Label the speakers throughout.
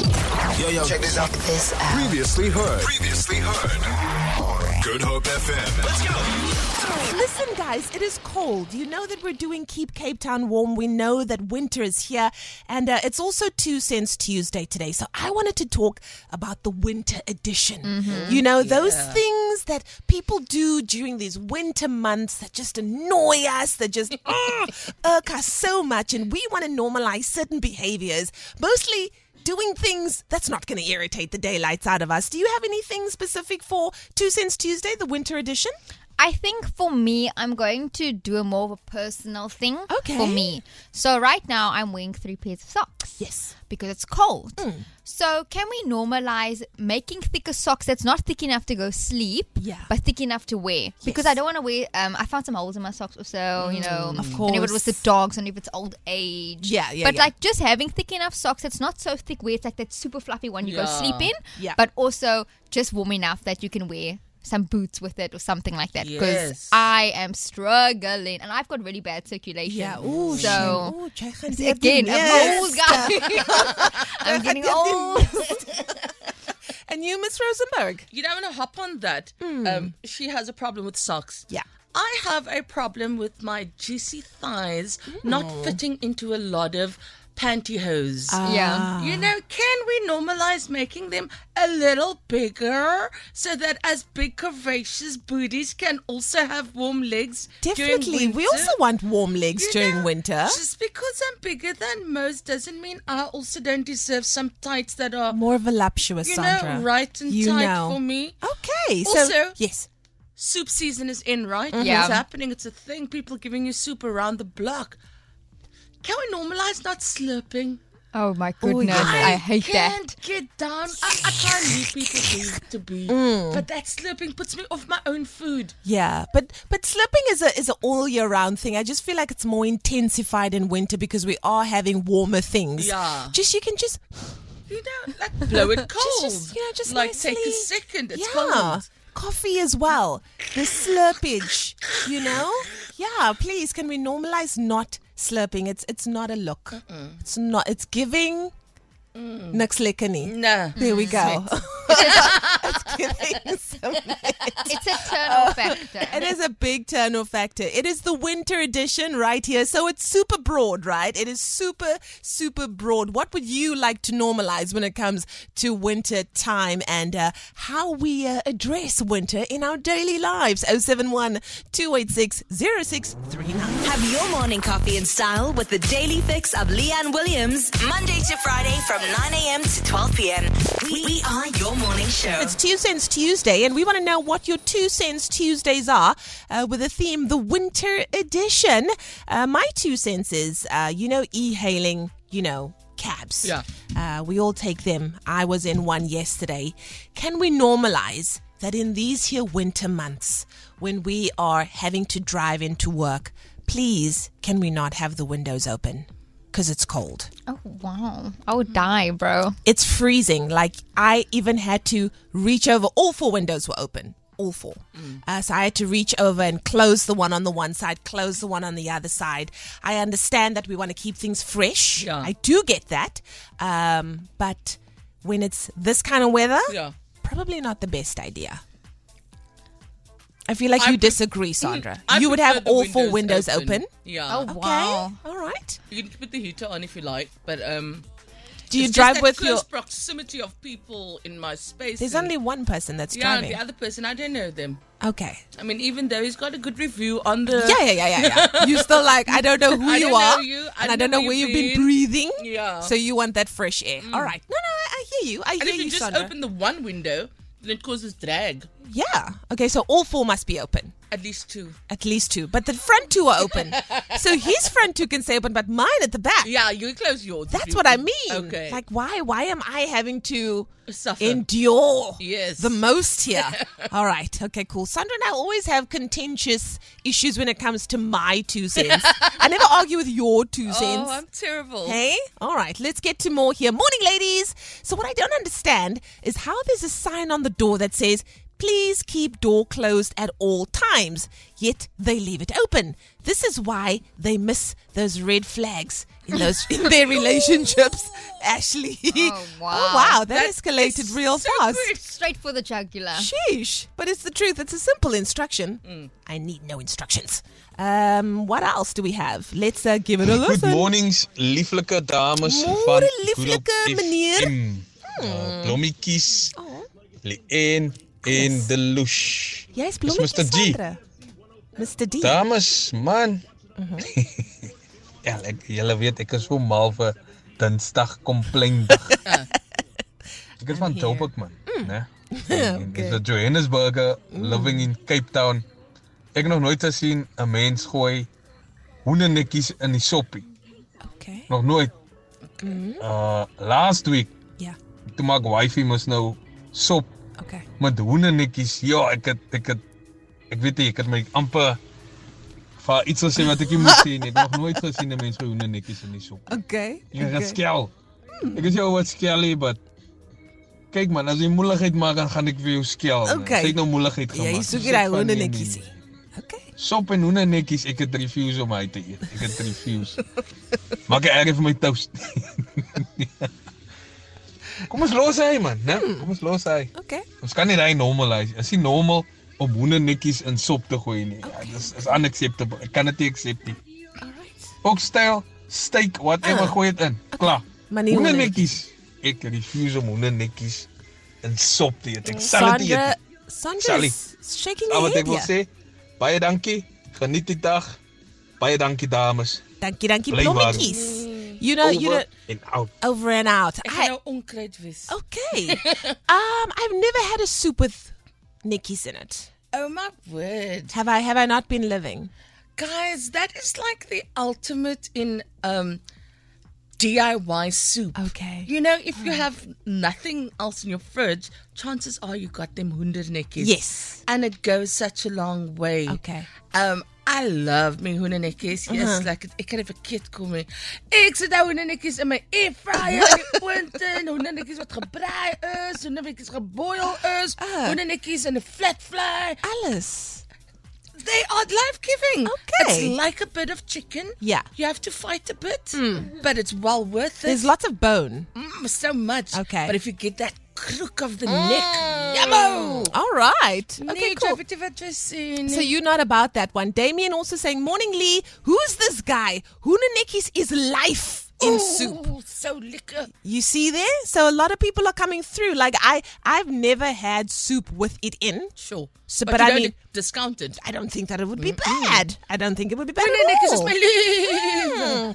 Speaker 1: yo, yo. Check this out.
Speaker 2: This out.
Speaker 3: Previously heard. Previously heard. Good Hope FM. Let's
Speaker 4: Listen, guys, it is cold. You know that we're doing Keep Cape Town Warm. We know that winter is here. And uh, it's also Two Cents Tuesday today. So I wanted to talk about the winter edition. You know, those things that people do during these winter months that just annoy us, that just mm, irk us so much. And we want to normalize certain behaviors, mostly. Doing things that's not going to irritate the daylights out of us. Do you have anything specific for Two Cents Tuesday, the winter edition?
Speaker 5: I think for me, I'm going to do a more of a personal thing
Speaker 4: Okay.
Speaker 5: for me. So right now, I'm wearing three pairs of socks.
Speaker 4: Yes.
Speaker 5: Because it's cold.
Speaker 4: Hmm.
Speaker 5: So can we normalize making thicker socks that's not thick enough to go sleep,
Speaker 4: Yeah.
Speaker 5: but thick enough to wear? Because
Speaker 4: Yes.
Speaker 5: I don't want to wear. Um, I found some holes in my socks, also. You know,
Speaker 4: Hmm. Of
Speaker 5: And if it was the
Speaker 4: course.
Speaker 5: dogs, and if it's old age.
Speaker 4: Yeah, yeah,
Speaker 5: But
Speaker 4: yeah.
Speaker 5: like just having thick enough socks that's not so thick where it's like that super fluffy one you go
Speaker 6: Yeah.
Speaker 5: sleep in,
Speaker 4: Yeah.
Speaker 5: but also just warm enough that you can wear some boots with it or something like that because
Speaker 6: Yes.
Speaker 5: I am struggling and I've got really bad circulation.
Speaker 4: Yeah. Ooh,
Speaker 5: so
Speaker 4: Shane. Ooh, Jay gaan
Speaker 5: it's
Speaker 4: die
Speaker 5: again,
Speaker 4: yes.
Speaker 5: I'm old guy. I'm getting old.
Speaker 4: And you, Miss Rosenberg.
Speaker 6: You know, I'm going to hop on that. Um, she has a problem with socks.
Speaker 4: Hmm. Yeah.
Speaker 6: I have a problem with my juicy thighs not fitting into a lot of pantyhose.
Speaker 4: Ah.
Speaker 5: Yeah.
Speaker 6: You know, can we normalize making them a little bigger so that as big curvaceous booties can also have warm legs? during
Speaker 4: Definitely. We
Speaker 6: winter?
Speaker 4: also want warm legs
Speaker 6: You
Speaker 4: during
Speaker 6: know,
Speaker 4: winter.
Speaker 6: Just because I'm bigger than most doesn't mean I also don't deserve some tights that are
Speaker 4: More voluptuous,
Speaker 6: You know,
Speaker 4: Sandra.
Speaker 6: right and
Speaker 4: You
Speaker 6: tight
Speaker 4: know.
Speaker 6: for me.
Speaker 4: Okay. So,
Speaker 6: Also-
Speaker 4: yes.
Speaker 6: soup season is in, right?
Speaker 4: Mm-hmm.
Speaker 5: Yeah.
Speaker 6: It's happening. It's a thing. People giving you soup around the block. Can we normalize not slurping?
Speaker 5: Oh my goodness,
Speaker 4: yeah.
Speaker 5: I hate
Speaker 6: Can't
Speaker 5: that.
Speaker 6: get down. I, I can't leave people be to be.
Speaker 4: Mm.
Speaker 6: But that slurping puts me off my own food.
Speaker 4: Yeah, but but slipping is a is an all year round thing. I just feel like it's more intensified in winter because we are having warmer things.
Speaker 6: Yeah.
Speaker 4: just you can just
Speaker 6: You know, like blow it cold.
Speaker 4: just, just you know just
Speaker 6: Oh, like take
Speaker 4: nicely-
Speaker 6: a second. It's
Speaker 4: yeah.
Speaker 6: cold.
Speaker 4: Coffee as well. The slurpage, you know? Yeah, please can we normalize not slurping? It's it's not a look. It's not it's giving
Speaker 6: Mm.
Speaker 4: niks lekker nie.
Speaker 6: No.
Speaker 4: There we go. it's giving some-
Speaker 5: It's a turn off
Speaker 4: it
Speaker 5: factor.
Speaker 4: is a big turn off factor. It is the winter edition right here. So it's super broad, right? It is super, super broad. What would you like to normalize when it comes to winter time and uh, how we uh, address winter in our daily lives? 071 286 0639.
Speaker 2: Have your morning coffee in style with the daily fix of Leanne Williams, Monday to Friday from 9 a.m. to 12 p.m. We, we are your morning show.
Speaker 4: It's Two Cents Tuesday, and we want to know what your Two Cents Tuesdays are uh, with the theme the winter edition. Uh, my two cents is, uh, you know, e hailing, you know, cabs.
Speaker 6: Yeah.
Speaker 4: Uh, we all take them. I was in one yesterday. Can we normalize that in these here winter months when we are having to drive into work, please, can we not have the windows open? Because it's cold
Speaker 5: Oh wow, I would die, bro.
Speaker 4: it's freezing. Like I even had to reach over. All four windows were open. All four.
Speaker 6: Mm.
Speaker 4: Uh, so I had to reach over and close the one on the one side, close the one on the other side. I understand that we want to keep things fresh.
Speaker 6: Yeah.
Speaker 4: I do get that. Um, but when it's this kind of weather,
Speaker 6: Yeah.
Speaker 4: probably not the best idea. I feel like
Speaker 6: I
Speaker 4: you
Speaker 6: pre- Mm-hmm.
Speaker 4: disagree, Sandra.
Speaker 6: I
Speaker 4: you would
Speaker 6: prefer
Speaker 4: have
Speaker 6: the
Speaker 4: all four windows open.
Speaker 6: Yeah.
Speaker 5: Oh
Speaker 4: Okay.
Speaker 5: wow.
Speaker 4: All right.
Speaker 6: You can put the heater on if you like, but um,
Speaker 4: Do you
Speaker 6: it's just
Speaker 4: drive
Speaker 6: that
Speaker 4: with
Speaker 6: close
Speaker 4: your?
Speaker 6: proximity of people in my space.
Speaker 4: There's
Speaker 6: and-
Speaker 4: only one person that's
Speaker 6: yeah,
Speaker 4: driving.
Speaker 6: the other person I don't know them.
Speaker 4: Okay.
Speaker 6: I mean, even though he's got a good review on the
Speaker 4: yeah, yeah, yeah, yeah, yeah. You still like I don't know who
Speaker 6: I
Speaker 4: you
Speaker 6: don't know
Speaker 4: are,
Speaker 6: you. I
Speaker 4: and I
Speaker 6: don't
Speaker 4: don't know where you've been, breathing.
Speaker 6: Yeah. Mm.
Speaker 4: So you want that fresh air. All right. No, no, I, I hear you. I
Speaker 6: And
Speaker 4: hear
Speaker 6: if you, just
Speaker 4: Sandra.
Speaker 6: open the one window, then it causes drag.
Speaker 4: Yeah. Okay. So all four must be open.
Speaker 6: At least two.
Speaker 4: At least two, but the front two are open. so his front two can stay open, but mine at the back.
Speaker 6: Yeah, you close yours.
Speaker 4: That's
Speaker 6: You-
Speaker 4: what I mean.
Speaker 6: Okay.
Speaker 4: Like, why? Why am I having to
Speaker 6: Suffer.
Speaker 4: endure
Speaker 6: Yes.
Speaker 4: the most here? All right. Okay. Cool. Sandra and I always have contentious issues when it comes to my two cents. I never argue with your two cents.
Speaker 6: oh, I'm terrible.
Speaker 4: Hey, all right, let's get to more here. Morning, ladies. So, what I don't understand is how there's a sign on the door that says, please keep door closed at all times, yet they leave it open. This is why they miss those red flags in those in their relationships. Ashley.
Speaker 5: Oh, wow.
Speaker 4: Oh, wow, that,
Speaker 6: That
Speaker 4: escalated
Speaker 6: is
Speaker 4: real
Speaker 6: so
Speaker 4: fast.
Speaker 6: good.
Speaker 5: Straight for the jugular.
Speaker 4: Sheesh. But it's the truth. It's a simple instruction.
Speaker 5: Mm.
Speaker 4: I need no instructions. Um, what else do we have? Let's uh, give it a
Speaker 1: Good
Speaker 4: listen.
Speaker 1: mornings, lieflike dames
Speaker 4: Môre,
Speaker 1: van
Speaker 4: lieflike
Speaker 1: Goedop
Speaker 4: meneer. Hmm. Ah.
Speaker 1: FM. Uh, blommetjies, Leen en Delouche.
Speaker 4: Jy's
Speaker 1: Dis
Speaker 4: blommetjie
Speaker 1: Mr. G.
Speaker 4: Sandra. Mr. D.
Speaker 1: Dames, man.
Speaker 4: Mhm.
Speaker 1: ja, ek, julle weet ek is so mal vir Dinsdag kompleindag. ek is van Joburg man,
Speaker 4: Hmm.
Speaker 1: né? En Ek is 'n Johannesburger living in Cape Town. Ek het nog nooit gesien 'n mens gooi hoendernetjies in die soppie.
Speaker 4: Okay.
Speaker 1: Nog nooit. Uh last week
Speaker 4: Ja.
Speaker 1: toe maak wifi mos nou sop
Speaker 4: Okay.
Speaker 1: met hoendernetjies. Ja, ek het ek het ek weet nie, ek het my amper vir iets gesê wat ek nie moes sê nie. Ek het nog nooit gesien 'n mens met hoendernetjies in die sop.
Speaker 4: Okay.
Speaker 1: Ek okay. geskel.
Speaker 4: Hmm.
Speaker 1: Ek is jou wat skelly, but kyk man, as jy moeilikheid maak, dan gaan ek vir jou skel. man.
Speaker 4: Okay.
Speaker 1: Kyk nou moeilikheid
Speaker 4: Ja,
Speaker 1: gemaak.
Speaker 4: jy
Speaker 1: Dis
Speaker 4: soek
Speaker 1: so
Speaker 4: hierdie
Speaker 1: funny,
Speaker 4: hoendernetjies.
Speaker 1: nee, nee.
Speaker 4: Okay.
Speaker 1: Sop en hoendernetjies, ek het refuse om hy te eet. Ek het refuse. Maak ek erg vir my toast. Kom ons los hy man, né? Kom ons los hy.
Speaker 4: Okay.
Speaker 1: Ons kan nie ry normaal hy. Is nie normaal om hoendernetjies in sop te gooi nie. Ja, dis is unacceptable. Ek kan dit nie accept nie.
Speaker 4: Alright.
Speaker 1: Oxtail, steak, whatever
Speaker 4: Ah.
Speaker 1: gooi dit in. Klaar.
Speaker 4: Maar nie
Speaker 1: hoendernetjies. Ek refuse om hoendernetjies in sop te eet. Ek sal dit nie
Speaker 4: Sandra
Speaker 1: eet. nie.
Speaker 4: Sandra
Speaker 1: Sally.
Speaker 4: is shaking
Speaker 1: Al
Speaker 4: her
Speaker 1: Nou, wat
Speaker 4: head.
Speaker 1: ek wil
Speaker 4: here.
Speaker 1: sê, baie dankie. Geniet die dag. Baie dankie dames.
Speaker 4: Dankie, dankie
Speaker 1: Bly warm.
Speaker 4: blommetjies. You know, you know
Speaker 1: Over en out.
Speaker 4: over and out.
Speaker 6: Ek
Speaker 4: I-
Speaker 6: gaan nou onkruid wees.
Speaker 4: Oh. Okay. um, I've never had a soup with Nikki's in it.
Speaker 6: oh my word.
Speaker 4: Have I? Have I not been living?
Speaker 6: Guys, that is like the ultimate in um DIY soup.
Speaker 4: Okay.
Speaker 6: You know, if you have nothing else in your fridge, chances are you got them hoendernekkies.
Speaker 4: Yes.
Speaker 6: And it goes such a long way.
Speaker 4: Okay. Uh-huh.
Speaker 6: Um I love my hoendernekkies. Yes, like it, ek kan dit verkeerd kom hê. Ek sit nou hoendernekkies in my air fryer in die oond en hoendernekkies wat gebraai is, hoendernekkies geboil is,
Speaker 4: Ah.
Speaker 6: hoendernekkies in 'n flat fry.
Speaker 4: Alice.
Speaker 6: They are life giving.
Speaker 4: Okay.
Speaker 6: It's like a bit of chicken.
Speaker 4: Yeah. Hmm.
Speaker 6: You have to fight a bit, but it's well worth it.
Speaker 4: There's lots of bone.
Speaker 6: Mm, so much.
Speaker 4: Okay.
Speaker 6: But if you get that crook of the neck, yummo!
Speaker 4: All right. Okay,
Speaker 6: Nee,
Speaker 4: cool.
Speaker 6: Jeffy, wat jy sien.
Speaker 4: So you're not about that one. Damien also saying, Morning Lee, who's this guy? Hunanekis is life in
Speaker 6: Ooh,
Speaker 4: soup.
Speaker 6: So lekker.
Speaker 4: You see there? So a lot of people are coming through. Like I I've never had soup with it in.
Speaker 6: Sure.
Speaker 4: So,
Speaker 6: but
Speaker 4: but
Speaker 6: you
Speaker 4: I
Speaker 6: don't
Speaker 4: mean- Oh.
Speaker 6: discount it.
Speaker 4: I don't think that it would be bad. I don't think it would be bad.
Speaker 6: Hoendernek
Speaker 4: At all.
Speaker 6: is my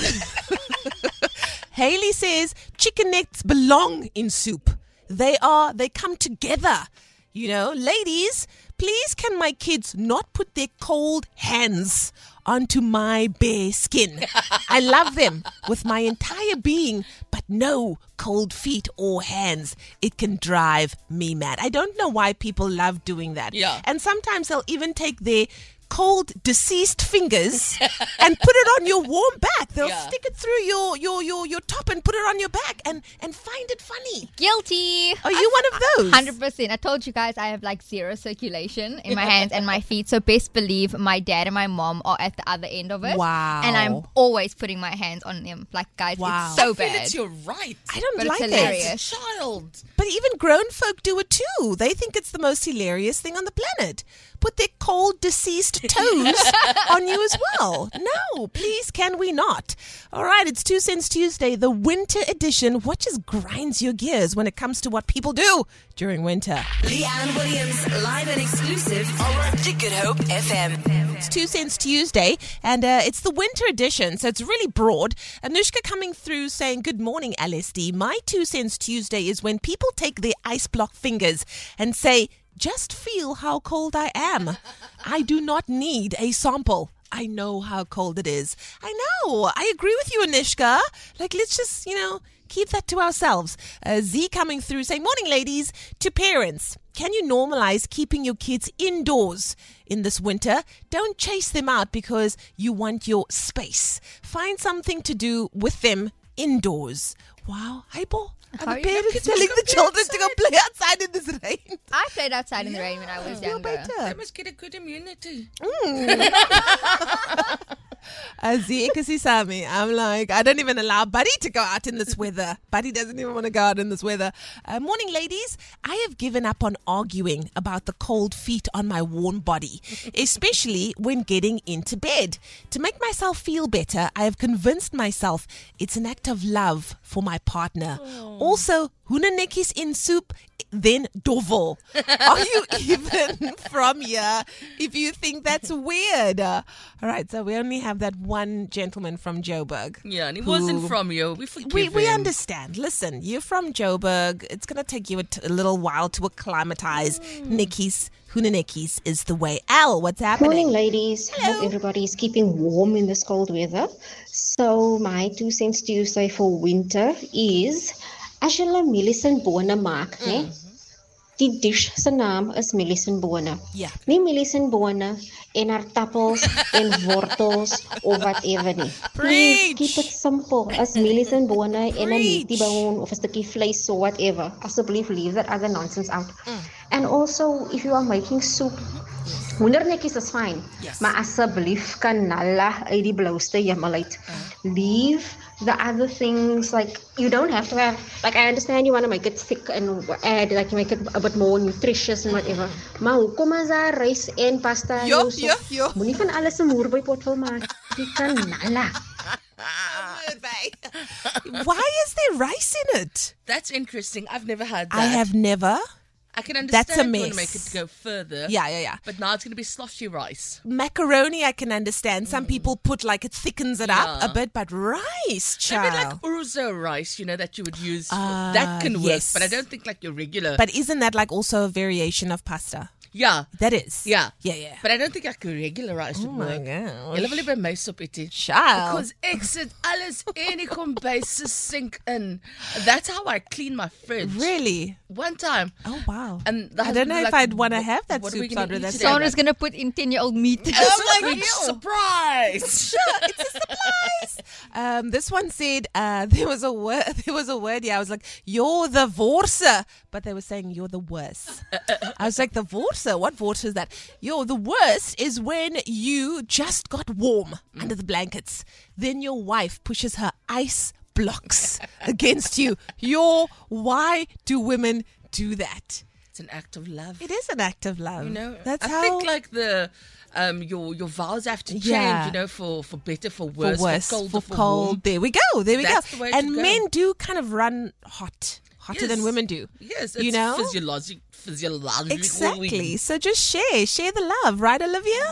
Speaker 6: lief.
Speaker 4: Haley says chicken necks belong in soup. They are, they come together. You know, ladies, please can my kids not put their cold hands onto my bare skin? I love them with my entire being, but no cold feet or hands. It can drive me mad. I don't know why people love doing that.
Speaker 6: Yeah.
Speaker 4: And sometimes they'll even take their cold deceased fingers and put it on your warm back. They'll
Speaker 6: Yeah.
Speaker 4: stick it through your, your your your top and put it on your back and and find it funny.
Speaker 5: Guilty.
Speaker 4: Are you one of those?
Speaker 5: Hundred percent. I told you guys I have like zero circulation in my hands and my feet, so best believe my dad and my mom are at the other end of it.
Speaker 4: Wow.
Speaker 5: And I'm always putting my hands on them, like guys.
Speaker 4: Wow.
Speaker 5: It's so
Speaker 6: I feel
Speaker 5: bad.
Speaker 6: it's your right.
Speaker 4: I don't
Speaker 5: But it's
Speaker 4: like
Speaker 5: hilarious.
Speaker 4: it.
Speaker 5: Yes.
Speaker 6: Child.
Speaker 4: But even grown folk do it too. They think it's the most hilarious thing on the planet. Put their cold deceased toes on you as well. No, please can we not? All right, it's Two Cents Tuesday, the winter edition. What just grinds your gears when it comes to what people do during winter?
Speaker 2: Leanne Williams, live and exclusive to Good Hope FM.
Speaker 4: It's Two Cents Tuesday, and uh, it's the winter edition, so it's really broad. Anushka coming through saying, Good morning, LSD. My Two Cents Tuesday is when people take their ice block fingers and say, Just feel how cold I am. I do not need a sample. I know how cold it is. I know. I agree with you, Anushka. Like, let's just, you know, keep that to ourselves. Uh, Z coming through saying, Morning, ladies, to parents. Can you normalize keeping your kids indoors in this winter? Don't chase them out because you want your space. Find something to do with them indoors. Wow, Hypo.
Speaker 5: How
Speaker 4: Are
Speaker 5: are
Speaker 4: the
Speaker 5: you
Speaker 4: parents
Speaker 6: kids
Speaker 4: telling
Speaker 6: go
Speaker 4: the
Speaker 6: play
Speaker 4: children to go play outside in this rain?
Speaker 5: I played outside in the rain when I was
Speaker 4: Feel
Speaker 5: younger.
Speaker 6: They
Speaker 4: better.
Speaker 6: must get a good immunity.
Speaker 4: Azi Ekasisami. I'm like, I don't even allow Buddy to go out in this weather. Buddy doesn't even want to go out in this weather. Uh, morning, ladies. I have given up on arguing about the cold feet on my warm body, especially when getting into bed. To make myself feel better, I have convinced myself it's an act of love for my partner. Also, hunanekis in soup, then dovel. Are you even from here if you think that's weird? Uh, all right, so we only have that one gentleman from Joburg.
Speaker 6: Yeah, and he
Speaker 4: who-
Speaker 6: wasn't from you. We forgive
Speaker 4: We, we
Speaker 6: him.
Speaker 4: understand. Listen, you're from Joburg. It's going to take you a, t- a little while to acclimatize.
Speaker 6: Mm.
Speaker 4: Nikki's, Hunanekis is the way. Al, what's happening?
Speaker 7: Morning, ladies. Hope everybody is keeping warm in this cold weather. So, my two cents Tuesday for winter is as julle mieliesbone maak,
Speaker 4: Mm-hmm.
Speaker 7: né? Die dish se naam is mieliesbone.
Speaker 4: Ja.
Speaker 7: Nie mieliesbone en aardappels en wortels of whatever nie. Please keep it simple. As mieliesbone en 'n
Speaker 4: Preach.
Speaker 7: meatiebone of 'n stukkie vleis or whatever. Asseblief leave that other nonsense out.
Speaker 4: Mm.
Speaker 7: And also if you are making soup, Hoendernekkies is fyn,
Speaker 4: Yes.
Speaker 7: maar asseblief kan hulle uit die blouste hemel uit.
Speaker 4: Uh.
Speaker 7: Leave the other things like you don't have to have like I understand you want to make it thick and add like you make it a bit more nutritious and whatever. Maar hoekom is daar rys en pasta en
Speaker 4: Jo,
Speaker 7: jou sop?
Speaker 4: jo, jo.
Speaker 7: Moenie van alles 'n moerbypot wil maak. Jy kan hulle.
Speaker 4: Why is there rice in it?
Speaker 6: That's interesting. I've never had that.
Speaker 4: I have never.
Speaker 6: I can understand
Speaker 4: that's a
Speaker 6: you want to make
Speaker 4: mess.
Speaker 6: it go further.
Speaker 4: Yeah, yeah, yeah.
Speaker 6: But now it's going to be sloshy rice.
Speaker 4: Macaroni, I can understand. Some people put like it thickens it up
Speaker 6: Mm. Yeah.
Speaker 4: a bit, but rice,
Speaker 6: Maybe like
Speaker 4: child.
Speaker 6: orzo rice, you know, that you would use. for-
Speaker 4: Ah,
Speaker 6: that can work,
Speaker 4: yes.
Speaker 6: but I don't think like your regular.
Speaker 4: But isn't that like also a variation of pasta?
Speaker 6: yeah,
Speaker 4: That is.
Speaker 6: yeah,
Speaker 4: Yeah, yeah. Oh
Speaker 6: But I don't think like your regular rice would
Speaker 4: my
Speaker 6: work.
Speaker 4: gosh.
Speaker 6: Hulle wil nie by my sop eet nie.
Speaker 4: Child.
Speaker 6: Because exit alles en die kombuise sink in. That's how I clean my fridge.
Speaker 4: really?
Speaker 6: One time.
Speaker 4: Oh wow.
Speaker 6: And the
Speaker 4: I don't
Speaker 6: husband
Speaker 4: know
Speaker 6: was
Speaker 4: if
Speaker 6: like,
Speaker 4: I'd want to
Speaker 6: "What-
Speaker 4: have that
Speaker 6: what are
Speaker 4: soup
Speaker 6: we gonna
Speaker 4: Sandra.
Speaker 6: eat
Speaker 4: That's
Speaker 6: today?"
Speaker 4: so
Speaker 5: Someone's gonna put in ten-year-old meat.
Speaker 6: Oh my surprise!
Speaker 4: nice. Um, this one said uh, there was a word. There was a word. Yeah, I was like, "You're the vorsa," but they were saying you're the worst. I was like, "The vorsa? What vorsa is that?" You're the worst is when you just got warm under the blankets, then your wife pushes her ice blocks against you. Your why do women do that?
Speaker 6: It's an act of love.
Speaker 4: It is an act of love.
Speaker 6: You know,
Speaker 4: that's
Speaker 6: I
Speaker 4: how.
Speaker 6: think like the um your your vows have to change.
Speaker 4: Yeah.
Speaker 6: You know, for for better, for
Speaker 4: for
Speaker 6: worse, for,
Speaker 4: worse,
Speaker 6: colder,
Speaker 4: for,
Speaker 6: for
Speaker 4: cold.
Speaker 6: warm.
Speaker 4: There we go. There we
Speaker 6: That's
Speaker 4: go.
Speaker 6: the way to
Speaker 4: and
Speaker 6: go.
Speaker 4: men do kind of run hot, hotter than
Speaker 6: Yes.
Speaker 4: women do.
Speaker 6: Yes, it's
Speaker 4: you know
Speaker 6: physiologic, physiological.
Speaker 4: exactly. So just share, share the love, right, Olivia?